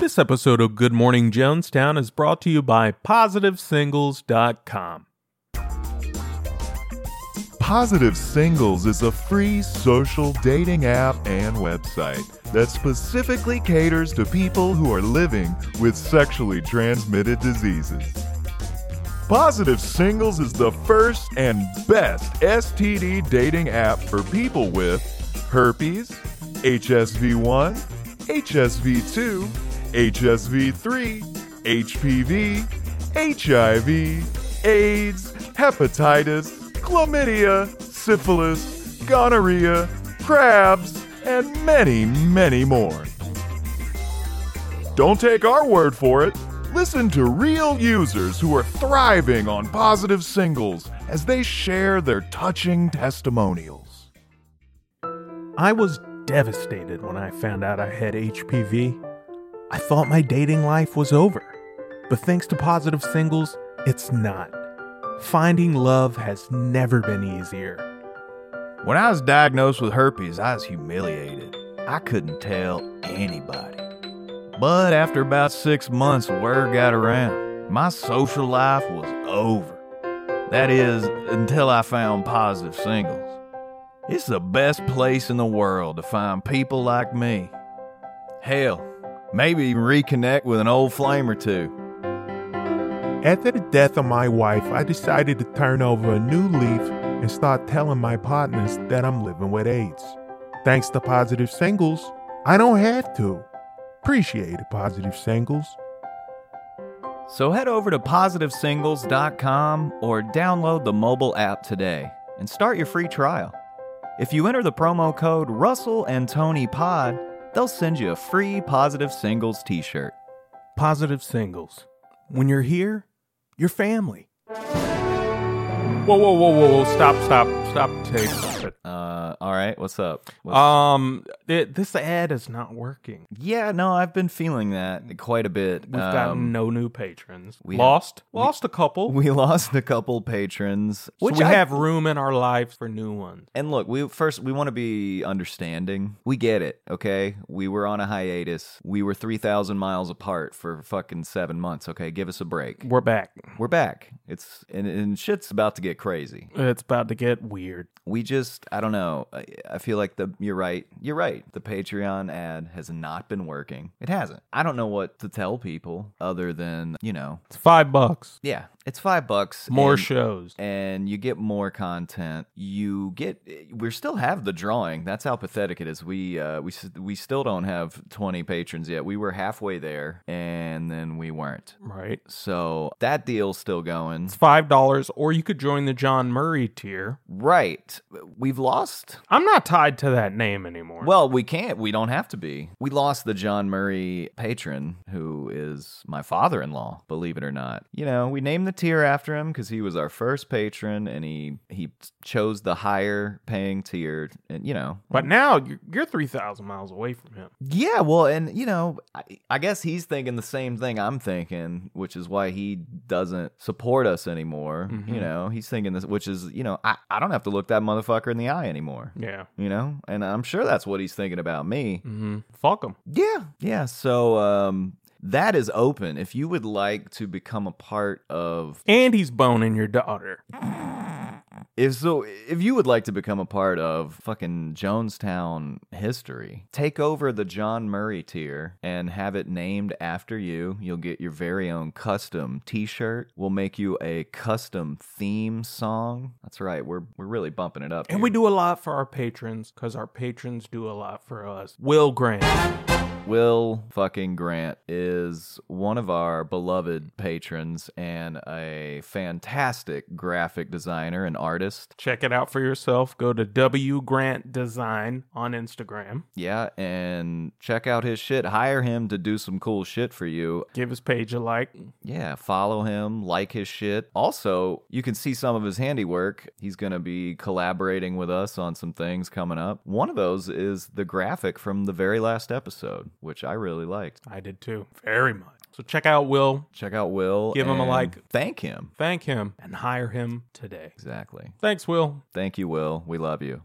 This episode of Good Morning Jonestown is brought to you by PositiveSingles.com. Positive Singles is a free social dating app and website that specifically caters to people who are living with sexually transmitted diseases. Positive Singles is the first and best STD dating app for people with herpes, HSV1, HSV2, HSV3, HPV, HIV, AIDS, hepatitis, chlamydia, syphilis, gonorrhea, crabs, and many, many more. Don't take our word for it. Listen to real users who are thriving on positive singles as they share their touching testimonials. I was devastated when I found out I had HPV. I thought my dating life was over. But thanks to Positive Singles, it's not. Finding love has never been easier. When I was diagnosed with herpes, I was humiliated. I couldn't tell anybody. But after about six months, word got around. My social life was over. That is, until I found Positive Singles. It's the best place in the world to find people like me. Hell, maybe even reconnect with an old flame or two. After the death of my wife, I decided to turn over a new leaf and start telling my partners that I'm living with AIDS. Thanks to Positive Singles, I don't have to. Appreciate it, Positive Singles. So head over to positivesingles.com or download the mobile app today and start your free trial. If you enter the promo code Russell and Tony Pod, they'll send you a free Positive Singles t-shirt. Positive Singles. When you're here, you're family. Whoa, whoa, whoa, whoa, whoa! Stop, stop, stop! Take, stop it. Uh all right, what's up? What's- Um, th- this ad is not working. yeah, no, I've been feeling that quite a bit. We've gotten Um, no new patrons. we- lost, lost a couple. Uh, we lost a couple patrons, so which we I- have room in our lives for new ones. And look, we first we want to be understanding. We get it, okay? We were on a hiatus. We were 3000 miles apart for fucking 7 months, okay? Give us a break. We're back. We're back. It's and, and shit's about to get crazy. It's about to get weird. We just I don't know. I, I feel like the you're right. You're right. The Patreon ad has not been working. It hasn't. I don't know what to tell people other than, you know, It's five bucks. yeah, it's 5 bucks. More and- shows. and you get more content. You get we still have the drawing. That's how pathetic it is. We uh, we s- we still don't have 20 patrons yet. We were halfway there and then we weren't. Right. So that deal's still going. It's five dollars, or you could join the John Murray tier. Right. We've lost I'm not tied to that name anymore. Well, we can't. We don't have to be. We lost the John Murray patron, who is my father in law, believe it or not. You know, we named the tier after him because he was our first patron and he, he chose the higher paying tier. And, you know, but now you're, you're three thousand miles away from him. yeah, well, and, you know, I, I guess he's thinking the same thing I'm thinking, which is why he doesn't support us anymore. Mhm. You know, he's thinking this, which is, you know, I, I don't have to look that motherfucker in the eye anymore. Yeah. You know, and I'm sure that's what he's thinking about me. Mm-hmm. Fuck him. Yeah. Yeah. So um, that is open. If you would like to become a part of, And he's boning your daughter. if so, if you would like to become a part of fucking Jonestown history, take over the John Murray tier and have it named after you. You'll get your very own custom T-shirt. We'll make you a custom theme song. That's right. We're we're really bumping it up. And here. we do a lot for our patrons because our patrons do a lot for us. Will Grant. Will fucking Grant is one of our beloved patrons and a fantastic graphic designer and artist. Check it out for yourself. Go to W Grant Design on Instagram. Yeah, and check out his shit. Hire him to do some cool shit for you. Give his page a like. Yeah, follow him, like his shit. Also, you can see some of his handiwork. He's going to be collaborating with us on some things coming up. One of those is the graphic from the very last episode, which I really liked. I did too. Very much. So check out Will. Check out Will. Give him a and like. Thank him. Thank him and hire him today. Exactly. Thanks, Will. Thank you, Will. We love you.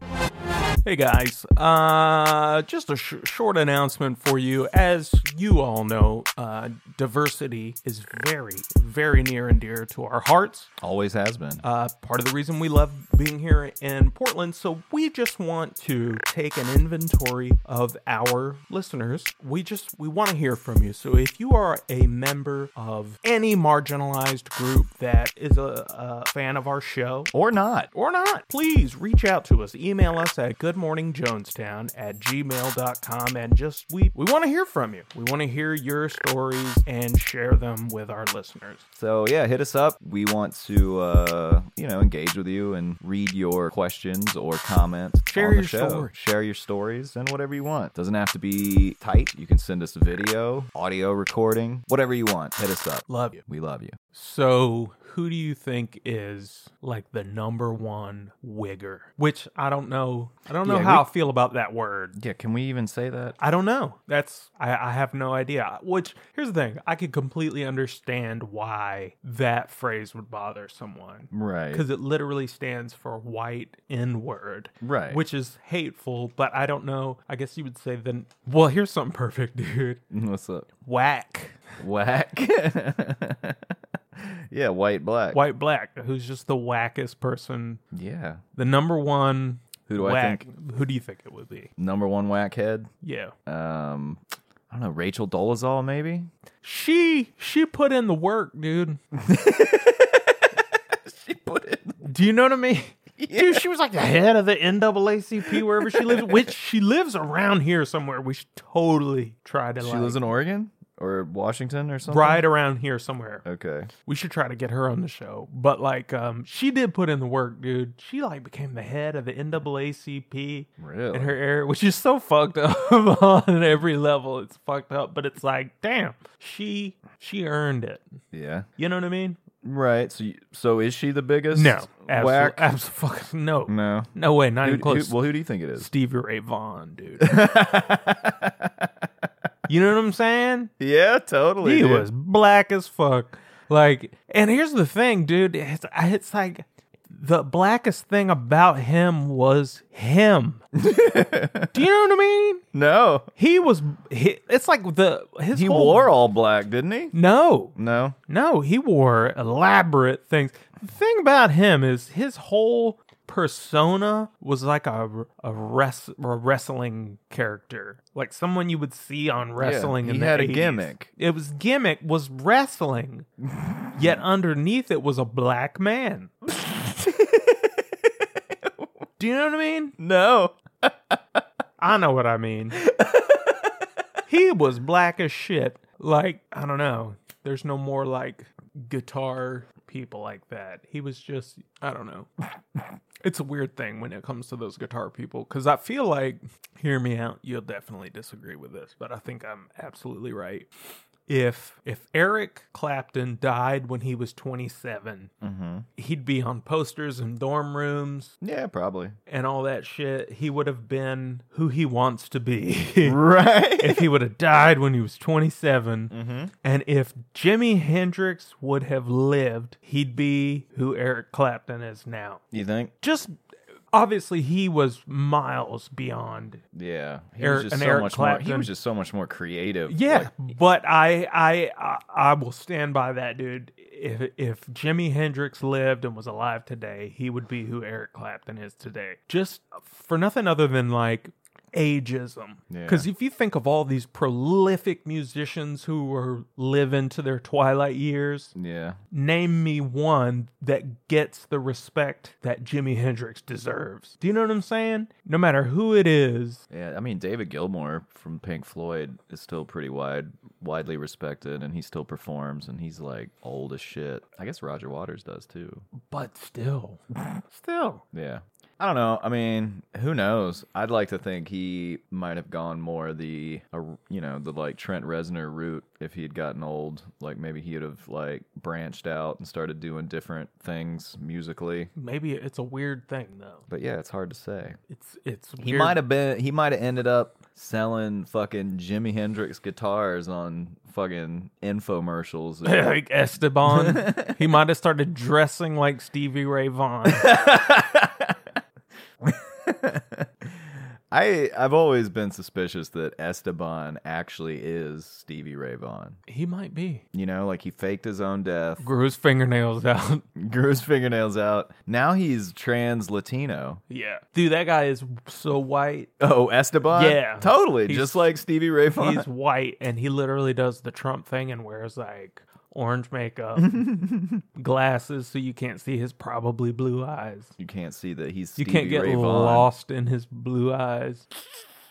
Hey guys, uh, just a sh- short announcement for you. As you all know, uh, diversity is very, very near and dear to our hearts. Always has been. Uh, part of the reason we love being here in Portland. So we just want to take an inventory of our listeners. We just we want to hear from you. So if you are a member of any marginalized group that is a, a fan of our show, or not. or not, please reach out to us. Email us at goodmorningjonestown at gmail.com and just we we want to hear from you. We want to hear your stories and share them with our listeners. So yeah, hit us up. We want to uh, you know engage with you and read your questions or comments. Share on the your show. stories. Share your stories and whatever you want. Doesn't have to be tight. You can send us video, audio recording, whatever you want. Hit us up. Love you. We love you. So, who do you think is like the number one wigger? Which I don't know. I don't know Yeah, how we- I feel about that word. Yeah, can we even say that? I don't know. That's I, I have no idea. Which here's the thing: I could completely understand why that phrase would bother someone. Right. because it literally stands for white N word, Right. Which is hateful, but I don't know. I guess you would say then. Well, here's something perfect, dude. What's up? Whack, Whack. yeah, white, black. white black. Who's just the wackest person? Yeah. The number one. Who do I whack- Who do you think it would be? Number one whack head. Yeah, Um, I don't know. Rachel Dolezal, maybe. she she put in the work, dude. She put it. Do you know what I mean? Dude, she was like the head of the NAACP wherever she lives, which she lives around here somewhere. We should totally try to She like lives in Oregon or Washington or something. right around here somewhere. Okay. we should try to get her on the show. But like, um, she did put in the work, dude. She like became the head of the NAACP Really. in her area, which is so fucked up on every level. It's fucked up, but it's like, damn, she she earned it. yeah. You know what I mean? Right. So, you, so is she the biggest? abso- whack. abso- fuck, no, no, no. way, not Who, even close. who- well, who do you think it is? Stevie Ray Vaughan, dude. you know what I'm saying? Yeah, totally. He dude. was black as fuck. Like, and here's the thing, dude. It's, it's like the blackest thing about him was him. Do you know what I mean? No, He was. He, it's like the his he whole- wore all black, didn't he? No, No. no, he wore elaborate things. The thing about him is his whole persona was like a a, wres- a wrestling character, like someone you would see on wrestling. he in the had a 80s. gimmick. It was gimmick was wrestling, yet underneath it was a black man. Do you know what I mean? No. I know what I mean. he was black as shit. Like, I don't know. There's no more like guitar people like that. He was just, I don't know. It's a weird thing when it comes to those guitar people because I feel like, hear me out, you'll definitely disagree with this, but I think I'm absolutely right. If if Eric Clapton died when he was 27, Mm-hmm. he'd be on posters in dorm rooms Yeah, probably. and all that shit, he would have been who he wants to be. Right. if he would have died when he was 27, mm-hmm. and if Jimi Hendrix would have lived, he'd be who Eric Clapton is now. You think? Just obviously, he was miles beyond. Yeah. He Eric- was an just so Eric much more. He Clapton. was just so much more creative. Yeah, Like, but I, I, I, I will stand by that, dude. If if Jimi Hendrix lived and was alive today, he would be who Eric Clapton is today. Just for nothing other than like ageism. Yeah. Because if you think of all these prolific musicians who were living to their twilight years, yeah. name me one that gets the respect that Jimi Hendrix deserves. Do you know what I'm saying? No matter who it is, Yeah, I mean David Gilmour from Pink Floyd is still pretty wide widely respected and he still performs and he's like old as shit. I guess Roger Waters does too. but still, still. Yeah. I don't know. I mean, who knows? I'd like to think he might have gone more the uh, you know, the like Trent Reznor route if he had gotten old, like maybe he would have like branched out and started doing different things musically. Maybe it's a weird thing though. But yeah, it's hard to say. It's it's He weird. might have been. He might have ended up selling fucking Jimi Hendrix guitars on fucking infomercials. like Esteban. he might have started dressing like Stevie Ray Vaughan. I I've always been suspicious that Esteban actually is Stevie Ray Vaughan. He might be. You know, like he faked his own death, Grew his fingernails out. grew his fingernails out. Now he's trans Latino. yeah. Dude, that guy is so white. Oh, Esteban? Yeah. Totally. He's- just like Stevie Ray Vaughan. He's white and he literally does the Trump thing and wears like orange makeup, glasses so you can't see his probably blue eyes. you can't see that he's You Stevie can't get Ray Vaughan. lost in his blue eyes.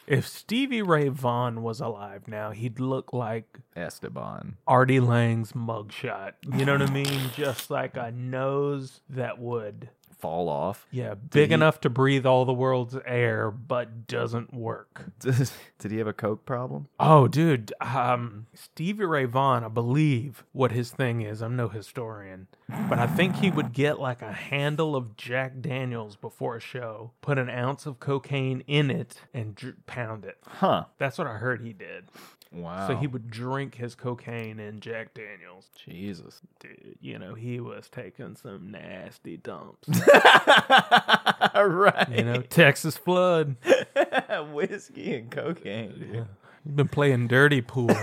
If Stevie Ray Vaughan was alive now, he'd look like Esteban. Artie Lang's mugshot. You know what I mean? Just like a nose that would, Fall off. yeah, big he- enough to breathe all the world's air, but doesn't work. Did he have a coke problem? Oh, dude. Um, Stevie Ray Vaughan, I believe what his thing is. I'm no historian, but I think he would get like a handle of Jack Daniels before a show, put an ounce of cocaine in it, and dr- pound it. Huh. That's what I heard he did. Wow. So he would drink his cocaine and Jack Daniels. Jesus. Dude, you know, he was taking some nasty dumps. right. you know, Texas flood. Whiskey and cocaine. dude. You've been playing dirty pool.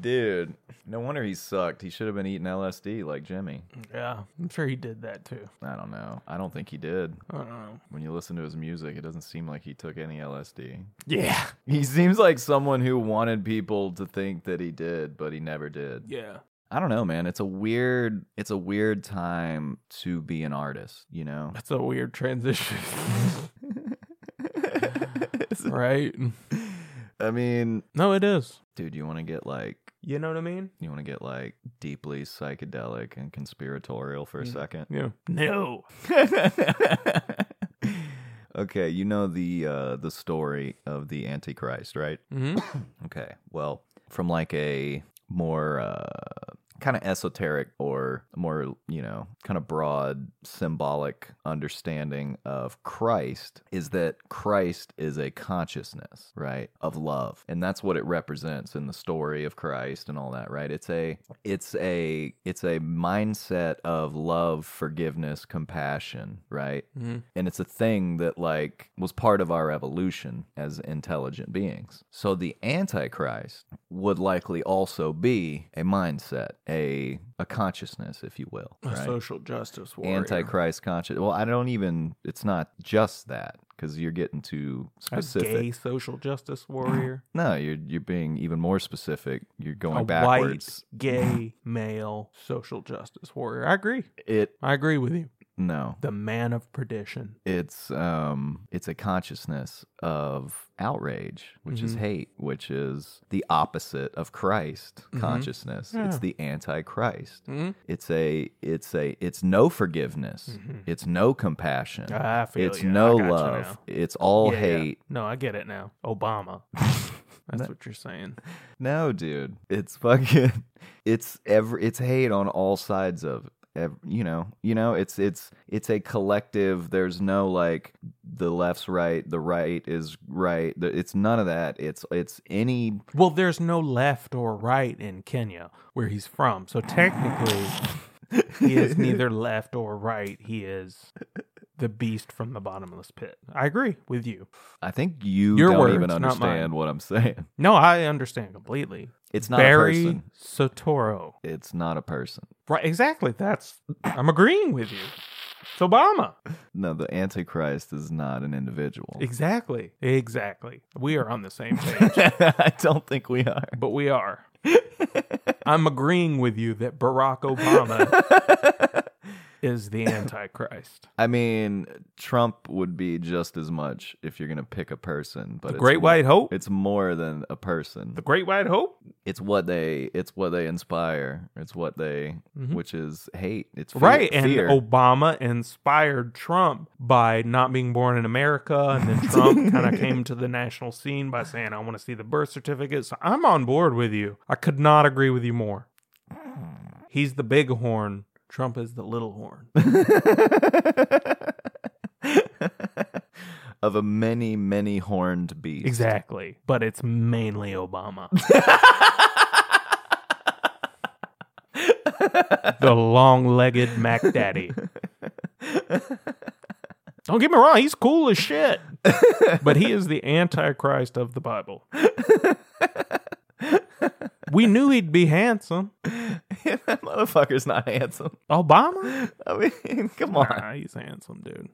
Dude, no wonder he sucked. He should have been eating LSD like Jimmy. yeah, I'm sure he did that too. I don't know. I don't think he did. I don't know. When you listen to his music, it doesn't seem like he took any LSD. Yeah. He seems like someone who wanted people to think that he did, but he never did. Yeah. I don't know, man. It's a weird it's a weird time to be an artist, you know? That's a weird transition, right? I mean, No, it is. dude, you want to get like You know what I mean? you want to get like deeply psychedelic and conspiratorial for a second? Yeah. No. okay, you know the uh, the story of the Antichrist, right? hmm Okay, well, from like a more uh, kind of esoteric or more you know kind of broad symbolic understanding of Christ is that Christ is a consciousness, right, of love, and that's what it represents in the story of Christ and all that, right? It's a it's a it's a mindset of love, forgiveness, compassion, right? Mm-hmm. and it's a thing that like was part of our evolution as intelligent beings so the antichrist would likely also be a mindset a a consciousness if you will A right? social justice warrior. antichrist conscious well i don't even it's not just that because you're getting too A specific gay social justice warrior. no you're you're being even more specific you're going a backwards white gay male social justice warrior. I agree. it I agree with you. no The man of perdition. it's um it's a consciousness of outrage which is Mm-hmm. hate which is the opposite of christ Mm-hmm. consciousness it's the antichrist it's a it's a it's no forgiveness it's no compassion Mm-hmm. I feel it's ya. I no got ya love now. it's all Yeah, yeah. hate No, I get it now. Obama. That's what you're saying. no dude it's fucking it's every it's hate on all sides of it. Ev- you know you know it's it's it's a collective there's no like the left's right the right is right The- it's none of that it's it's any Well, there's no left or right in Kenya where he's from. So technically, he is neither left or right. He is the beast from the bottomless pit. I agree with you. i think you Your don't words, even not mine. understand what i'm saying No, I understand completely. it's not a Barry person Sotoro. it's not a person Right, exactly. That's I'm agreeing with you. It's Obama. no the antichrist is not an individual Exactly. Exactly. We are on the same page. i don't think we are but we are. I'm agreeing with you that Barack Obama is the Antichrist. I mean, Trump would be just as much if you're gonna pick a person, but The Great White Hope. It's more than a person. The Great White Hope. It's what they. It's what they inspire. It's what they, Mhm. which is hate. It's fear, Right, and fear. Obama inspired Trump by not being born in America, and then Trump kind of came to the national scene by saying, "I want to see the birth certificate." So I'm on board with you. I could not agree with you more. He's the big horn. Trump is the little horn. of a many many horned beast. exactly, but it's mainly Obama. the long-legged Mac Daddy. Don't get me wrong, he's cool as shit. but he is the antichrist of the Bible. we knew he'd be handsome. that motherfucker's not handsome. Obama? I mean, come on. Nah, he's handsome, dude.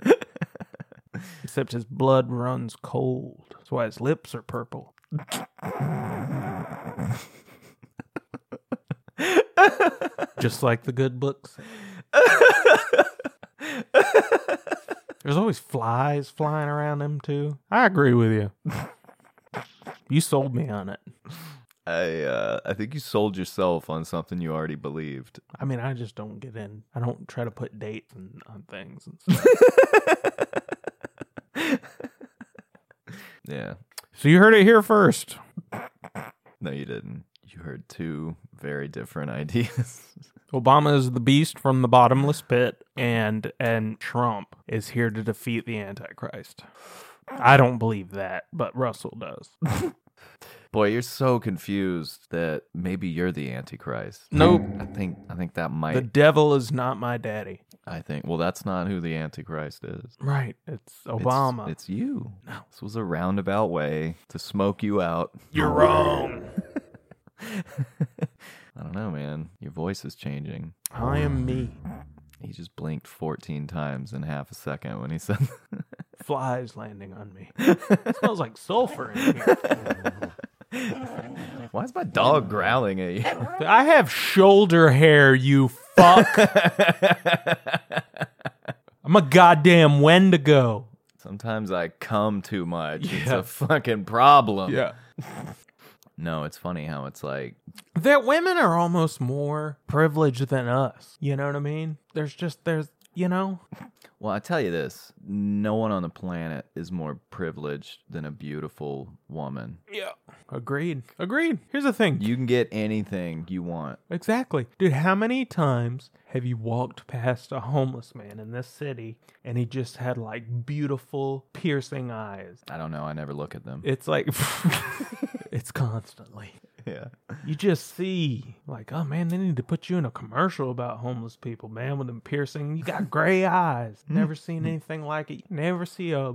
Except his blood runs cold. That's why his lips are purple. Just like the good books. There's always flies flying around him, too. I agree with you. You sold me on it. I uh, I think you sold yourself on something you already believed. I mean, I just don't get in. I don't try to put dates and, on things and stuff. Yeah. So you heard it here first. No, you didn't. You heard two very different ideas. Obama is the beast from the bottomless pit, and and Trump is here to defeat the Antichrist. I don't believe that, but Russell does. Boy, you're so confused that maybe you're the Antichrist. Nope. I think I think that might. The devil is not my daddy. I think. Well, that's not who the Antichrist is. Right. It's It's- Obama. It's, you. No. This was a roundabout way to smoke you out. You're wrong. I don't know, man. Your voice is changing. I am me. He just blinked 14 times in half a second when he said Flies landing on me. It smells like sulfur in here. Why is my dog growling at you? I have shoulder hair, you fuck. I'm a goddamn Wendigo. Sometimes I come too much. It's Yeah. a fucking problem. No, it's funny how it's like that women are almost more privileged than us. You know what I mean? There's just there's you know Well, I tell you this no one on the planet is more privileged than a beautiful woman. yeah agreed agreed here's the thing You can get anything you want. exactly dude how many times have you walked past a homeless man in this city and he just had like beautiful piercing eyes I don't know. I never look at them. it's like it's constantly Yeah. you just see like oh man they need to put you in a commercial about homeless people man with them piercing you got gray eyes never seen anything like it you never see a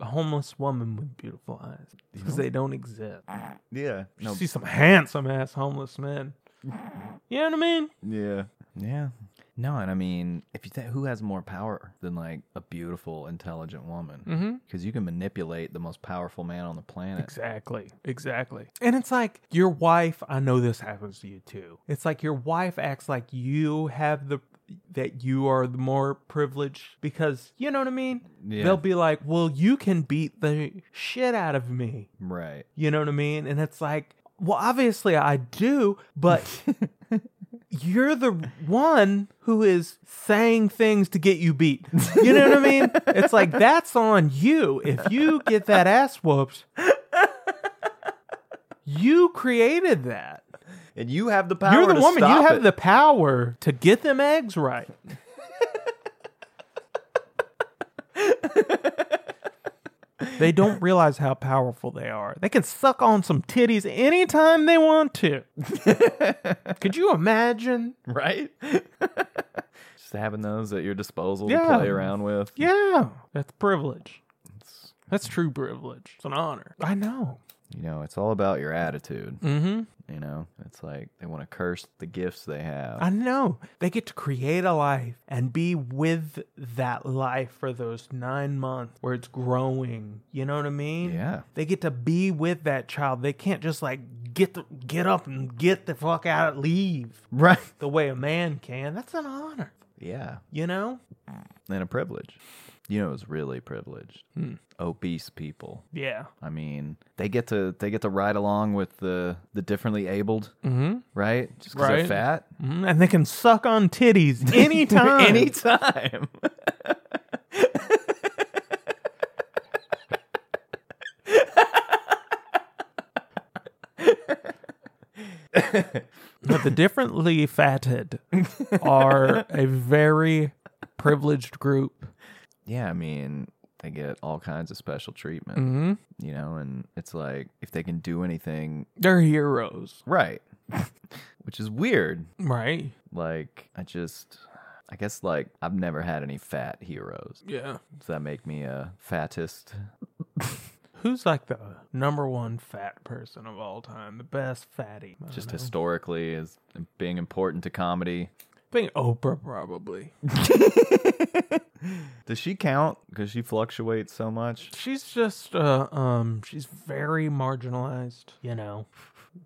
a homeless woman with beautiful eyes because they don't exist Yeah. you No. see some handsome ass homeless men you know what i mean Yeah. Yeah. No, and I mean, if you think who has more power than like a beautiful, intelligent woman? mm-hmm Because you can manipulate the most powerful man on the planet. Exactly. Exactly. And it's like your wife, I know this happens to you too. It's like your wife acts like you have the that you are the more privileged because you know what I mean? Yeah. They'll be like, "Well, you can beat the shit out of me." Right. You know what I mean? And it's like, "Well, obviously I do, but You're the one who is saying things to get you beat. You know what I mean? It's like that's on you. If you get that ass whooped, you created that. And you have the power. You're the to woman. You stop have it. the power to get them eggs right. they don't realize how powerful they are. They can suck on some titties anytime they want to. Could you imagine? right. Just having those at your disposal Yeah. to play around with. Yeah, that's privilege. That's true privilege. It's an honor. I know. You know, it's all about your attitude. Mm-hmm. You know, it's like they want to curse the gifts they have. I know. They get to create a life and be with that life for those nine months where it's growing. You know what I mean? Yeah. They get to be with that child. They can't just like get the, get up and get the fuck out and leave right. the way a man can. That's an honor. Yeah. You know? And a privilege. You know, it's really privileged. Hmm. Obese people. Yeah. I mean, they get to they get to ride along with the the differently abled, mm-hmm. right? Just 'cause Right. they're fat. Mhm. And they can suck on titties anytime. Anytime. But the differently fatted are a very privileged group. yeah, I mean, they get all kinds of special treatment, Mm-hmm. you know, and it's like if they can do anything They're heroes, right, which is weird right? like i just I guess like I've never had any fat heroes. Yeah. Does that make me a fattest? Who's like the number one fat person of all time? The best fatty. I Just don't know. historically is being important to comedy. I think Oprah probably. Does she count? Because she fluctuates so much. She's just uh um she's very marginalized, you know.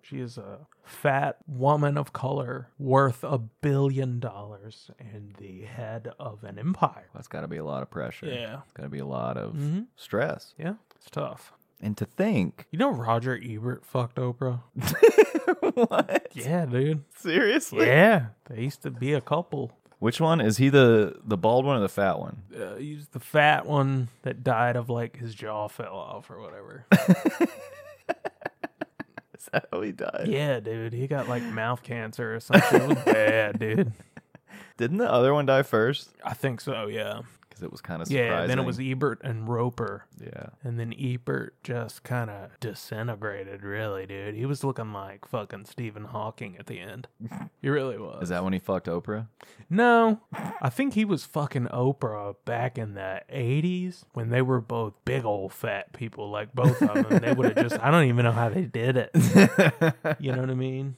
She is a fat woman of color worth a billion dollars and the head of an empire. That's got to be a lot of pressure. Yeah. Got to be a lot of Mhm. stress. Yeah. It's tough. And to think, You know Roger Ebert fucked Oprah? what? Yeah, dude. Seriously? Yeah. They used to be a couple. Which one is he the the bald one or the fat one? Uh, he's the fat one that died of like his jaw fell off or whatever. Is that how he died? yeah, dude. He got like mouth cancer or something. It was bad, dude. Didn't the other one die first? I think so, yeah. Because it was kind of surprising. Yeah, then it was Ebert and Roper. yeah. And then Ebert just kind of disintegrated, really, dude. He was looking like fucking Stephen Hawking at the end. He really was. Is that when he fucked Oprah? No. I think he was fucking Oprah back in the 80s when they were both big old fat people, like both of them. they would have just, I don't even know how they did it. You know what I mean?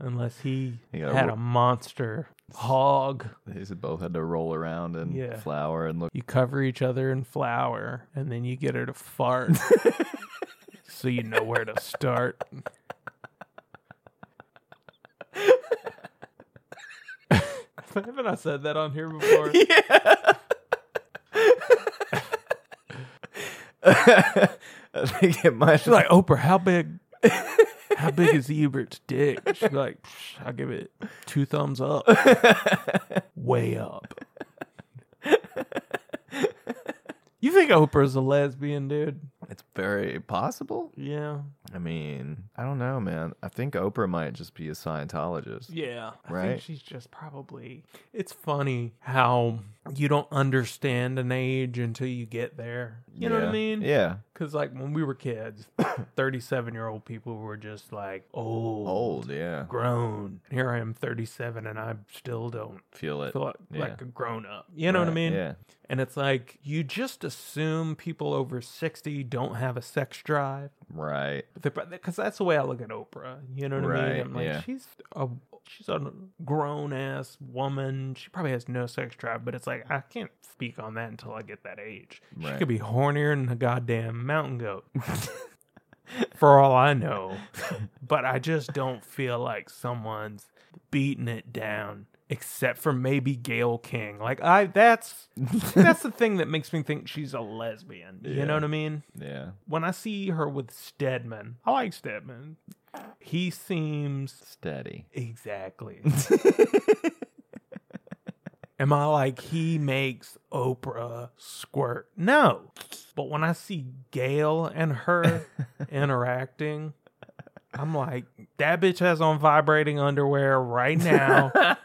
Unless he He got a had ro- a monster hog. They just both had to roll around in Yeah. flour and look. You cover each other in flour, and then you get her to fart. so you know where to start. Haven't I said that on here before? I think it might. She's like, Oprah, how big? How big is Ebert's dick? She's like, "Psh, I give it two thumbs up, way up. You think Oprah's a lesbian, dude? It's very possible. Yeah, I mean, I don't know, man. I think Oprah might just be a Scientologist. yeah. I Right. think she's just probably. It's funny how you don't understand an age until you get there. You know what I Yeah. mean? Yeah. Because like when we were kids, thirty-seven-year-old people were just like, oh, Old, yeah. grown. Here I am, 37, and I still don't Feel it. feel like, yeah. like a grown up. You know what I Right, mean? Yeah. And it's like you just assume people over 60 don't have a sex drive, Right. because that's the way I look at Oprah. You know what I Right, mean? I'm like, yeah. she's a she's a grown ass woman. She probably has no sex drive, but it's like I can't speak on that until I get that age. She Right. could be hornier than a goddamn mountain goat. For all I know, but I just don't feel like someone's beating it down, except for maybe Gail King. Like I, that's that's the thing that makes me think she's a lesbian. You know Yeah. what I mean? Yeah. When I see her with Stedman, I like Stedman. He seems Steady. exactly. Am I like he makes Oprah squirt? No. But when I see Gail and her interacting, I'm like, that bitch has on vibrating underwear right now,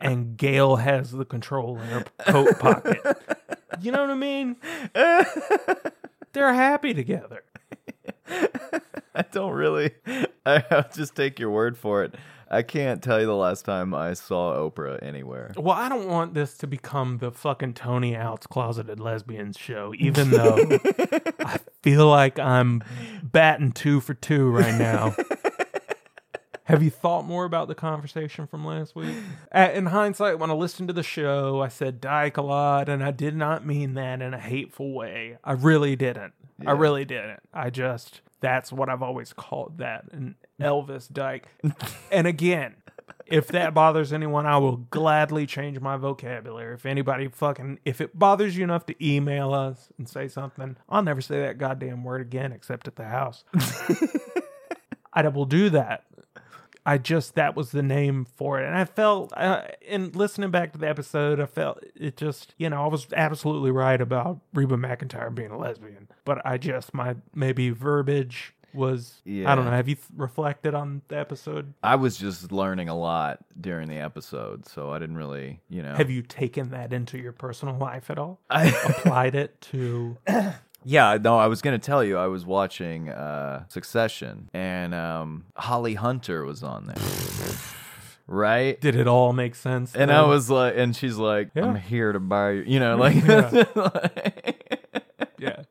and Gail has the control in her coat pocket. You know what I mean? They're happy together. I don't really. I, I'll just take your word for it. I can't tell you the last time I saw Oprah anywhere. Well, I don't want this to become the fucking Tony Outs Closeted Lesbians show, even though I feel like I'm batting two for two right now. Have you thought more about the conversation from last week? Uh, In hindsight, when I listened to the show, I said dyke a lot, and I did not mean that in a hateful way. I really didn't. I Yeah. really didn't. I just, that's what I've always called that an Elvis dyke. and again, if that bothers anyone, I will gladly change my vocabulary. If anybody fucking, if it bothers you enough to email us and say something, I'll never say that goddamn word again except at the house. I will do that. I just that was the name for it, and I felt uh, in listening back to the episode, I felt it just you know I was absolutely right about Reba McIntyre being a lesbian, but I just my maybe verbiage was I don't Yeah. know. Have you th- reflected on the episode? I was just learning a lot during the episode, so I didn't really, you know. Have you taken that into your personal life at all? Oh. I, Applied it to yeah, no, I was gonna tell you. I was watching uh, Succession, and um, Holly Hunter was on there. right? Did it all make sense? And then? I was like, and she's like, Yeah. I'm here to buy you, you know, like, yeah.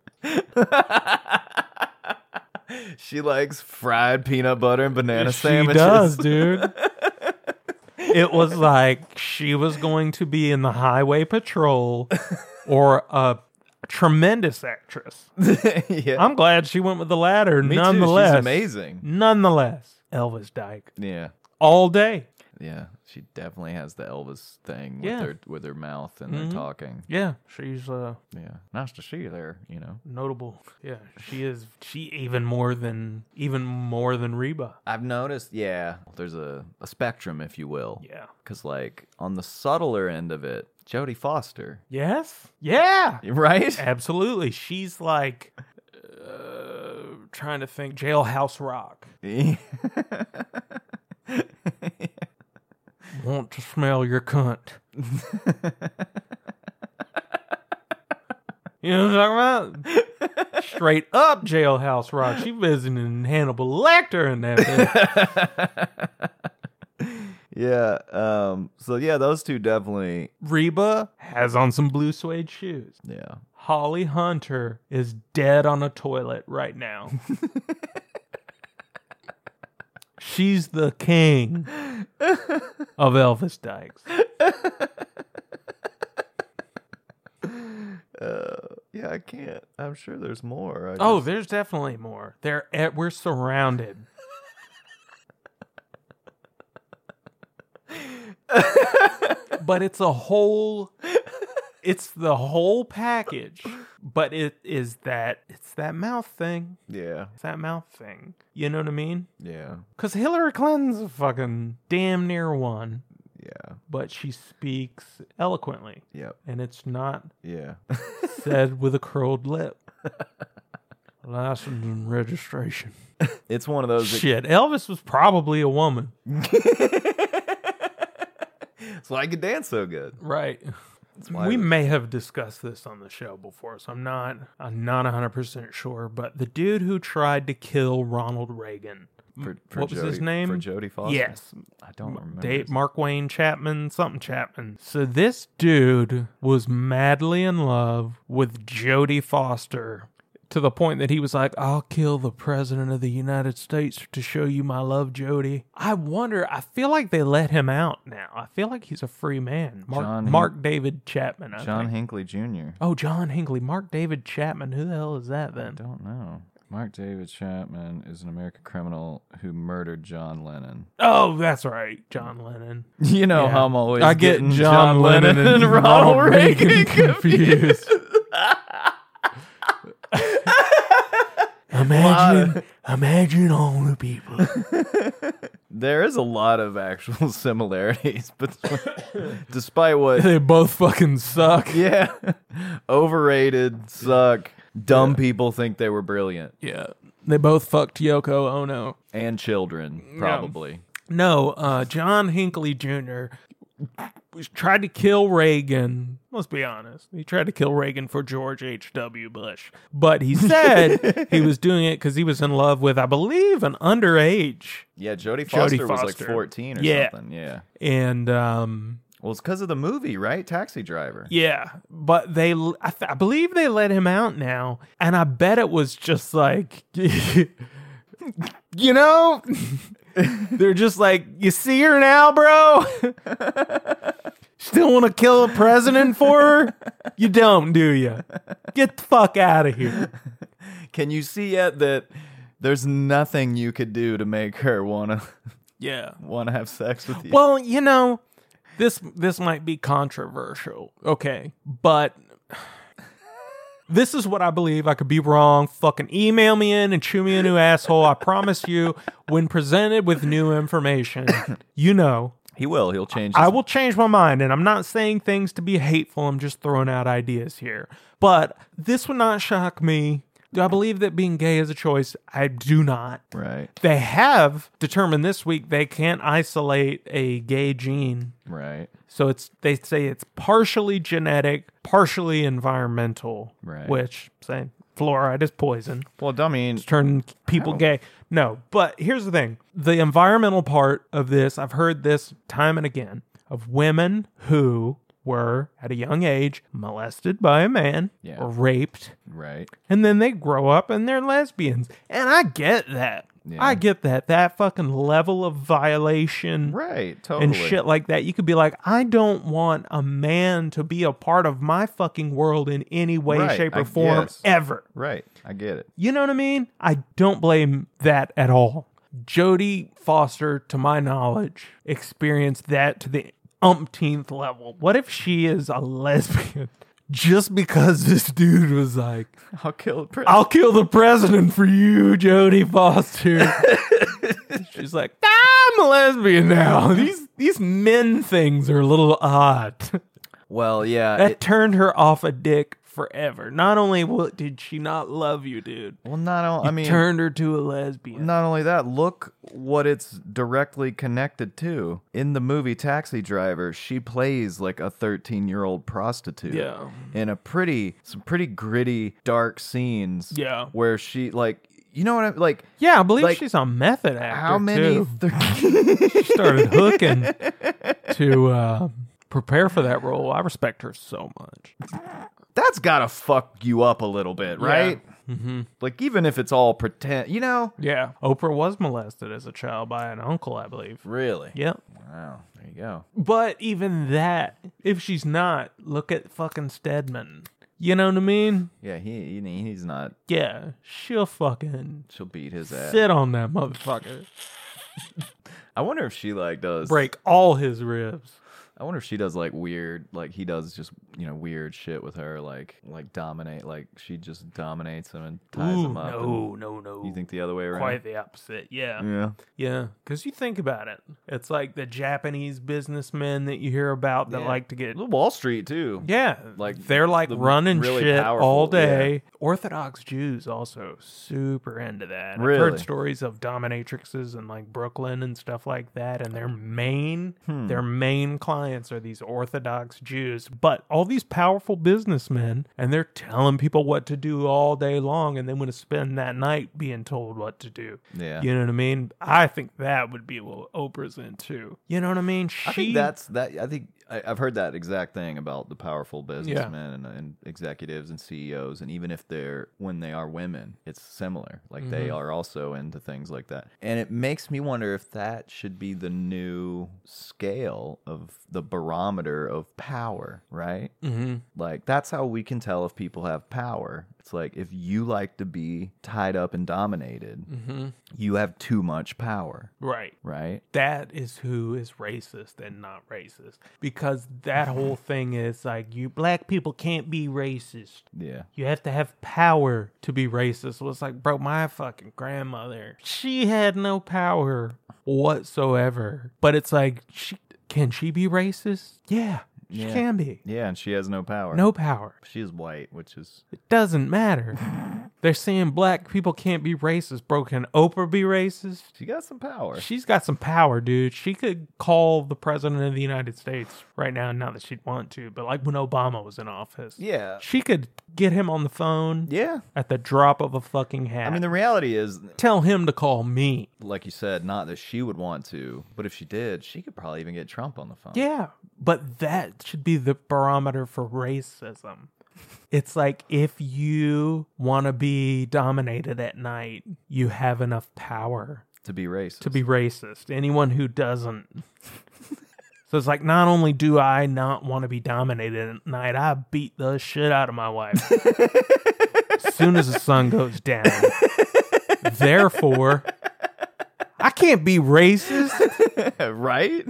she likes fried peanut butter and banana she sandwiches. does, dude. it was like she was going to be in the Highway Patrol or a tremendous actress. yeah, I'm glad she went with the latter. me nonetheless, too. She's amazing. Nonetheless, Elvis Dyke Yeah, all day. yeah, she definitely has the Elvis thing with Yeah. her with her mouth and Mhm. her talking. Yeah, she's uh, Yeah, nice to see you there. You know, notable. Yeah, she is. She even more than even more than Reba. I've noticed. Yeah, there's a a spectrum, if you will. Yeah. Because, like, on the subtler end of it, Jodie Foster, Yes. Yeah. right? Absolutely. She's like uh, trying to think jailhouse rock. Want to smell your cunt. you know what I'm talking about? Straight up jailhouse rock. She visiting Hannibal Lecter in that thing. yeah. Um. So yeah, those two definitely. Reba has on some blue suede shoes. Yeah. Holly Hunter is dead on a toilet right now. She's the king of Elvis Dykes. Yeah, I can't. I'm sure there's more. I Oh, there's definitely more. They're at, we're surrounded. but it's a whole it's the whole package. But it is that it's that mouth thing. yeah. It's that mouth thing. You know what I mean? Yeah. Cause Hillary Clinton's a fucking damn near one, Yeah. but she speaks eloquently. Yep. And it's not Yeah. said with a curled lip. License and registration. it's one of those. that- Shit, Elvis was probably a woman. That's why I could dance so good. Right. why We the- may have discussed this on the show before, so I'm not I'm not 100% sure, but the dude who tried to kill Ronald Reagan. For, What was his Jodie- name? For Jodie Foster. Yes. I don't remember. Date his- Mark Wayne Chapman, something Chapman. So this dude was madly in love with Jodie Foster to the point that he was like, "I'll kill the president of the United States to show you my love, Jodie." I wonder. I feel like they let him out now. I feel like he's a free man. Mark, John Hin- Mark David Chapman. I John think. Hinckley Jr. Oh, John Hinckley. Mark David Chapman. Who the hell is that then? Don't know. Mark David Chapman is an American criminal who murdered John Lennon. Oh, that's right, John Lennon. You know Yeah. how I'm always I get getting John Lennon and Ronald Reagan confused. Imagine, imagine all the people. there is a lot of actual similarities, but despite what, they both fucking suck. yeah, overrated, suck, dumb people think they were brilliant, Yeah. They both fucked Yoko Ono. and children probably. No, uh, John Hinckley Jr. was- tried to kill Reagan. Let's be honest. He tried to kill Reagan for George H.W. Bush. But he said he was doing it because he was in love with, I believe, an underage. Yeah, Jodie Foster, Jodie was like Foster. 14 or Yeah. something. Yeah. And um, Well, it's because of the movie, right? Taxi Driver. Yeah, but they, I, th- I believe they let him out now, and I bet it was just like, you know, they're just like, you see her now, bro. Still want to kill a president for her? You don't, do you? Get the fuck out of here. Can you see yet that there's nothing you could do to make her wanna Yeah. wanna have sex with you? Well, you know, this this might be controversial. Okay, but this is what I believe. I could be wrong. Fucking email me in and chew me a new asshole. I promise you, when presented with new information, you know. he will. He'll change. His, I will change my mind, and I'm not saying things to be hateful. I'm just throwing out ideas here. But this would not shock me. Do I believe that being gay is a choice? I do not right. they have determined this week they can't isolate a gay gene Right. so it's they say it's partially genetic partially environmental Right. which same Fluoride is poison. Well, I mean, It's turning people gay. No, but here's the thing the environmental part of this, I've heard this time and again of women who were at a young age molested by a man Yeah. or raped right? and then they grow up and they're lesbians. And I get that. Yeah. I get that. That fucking level of violation Right, totally. and shit like that. You could be like, I don't want a man to be a part of my fucking world in any way, Right, shape, or I form guess. ever. Right, I get it. You know what I mean? I don't blame that at all. Jodie Foster, to my knowledge, experienced that to the umpteenth level. What if she is a lesbian just because this dude was like, I'll kill the president. I'll kill the president for you, Jodie Foster. She's like, I'm a lesbian now. These these men things are a little odd. Well, yeah. That it- turned her off a dick forever. Not only wa- did she not love you, dude, well, not only. I mean, turned her to a lesbian. not only that. Look what it's directly connected to. In the movie Taxi Driver, she plays like a thirteen-year-old prostitute. Yeah. In a pretty, some pretty gritty, dark scenes. Yeah. Where she like, you know what I'm like. Yeah, I believe Like, she's a method actor. How many? too. thir- She started hooking to uh, prepare for that role? I respect her so much. That's gotta fuck you up a little bit, right? Like even if it's all pretend, you know. Yeah, Oprah was molested as a child by an uncle, I believe. Really? Yep. Wow. There you go. But even that, if she's not, look at fucking Stedman. You know what I mean? Yeah, he, he he's not. Yeah, she'll fucking She'll beat his ass. sit on that motherfucker. I wonder if she like does Break all his ribs. I wonder if she does like weird, like he does just you know weird shit with her, like like dominate, like she just dominates him and ties him up. and- no, no. you think the other way around? Quite the opposite, yeah. Yeah. Yeah, because you think about it, it's like the Japanese businessmen that you hear about that Yeah. like to get. The Wall Street too. Yeah, Like, they're like the running really shit all powerful, yeah. day. Orthodox Jews also super into that. I've Really? heard stories of dominatrixes in like Brooklyn and stuff like that, and their Hmm. main their main clients are these Orthodox Jews. But all these powerful businessmen, and they're telling people what to do all day long, and they want to spend that night being told what to do. Yeah. You know what I mean? I think that would be what Oprah's into. You know what I mean? She I think that's that. I think I, I've heard that exact thing about the powerful businessmen and, and executives and CEOs, and even if they're when they are women, it's similar. Like they are also into things like that, and it makes me wonder if that should be the new scale of the barometer of power, right? Mhm. Like that's how we can tell if people have power. It's like if you like to be tied up and dominated, you have too much power, right. right? that is who is racist and not racist because that whole thing is like you black people can't be racist Yeah. you have to have power to be racist well it's like bro my fucking grandmother she had no power whatsoever but it's like she can she be racist yeah she Yeah. can be Yeah, and she has no power. no power She is white, which is it doesn't matter they're saying black people can't be racist bro can oprah be racist she got some power. She's got some power, dude. She could call the president of the United States right now, not that she'd want to, but like when Obama was in office. Yeah. She could get him on the phone Yeah. at the drop of a fucking hat. I mean, the reality is, tell him to call me. like you said, not that she would want to, but if she did, she could probably even get Trump on the phone. Yeah. But that should be the barometer for racism. It's like if you want to be dominated at night, you have enough power To be racist. to be racist. Anyone who doesn't. so it's like, not only do I not want to be dominated at night, I beat the shit out of my wife as soon as the sun goes down. Therefore, I can't be racist. right?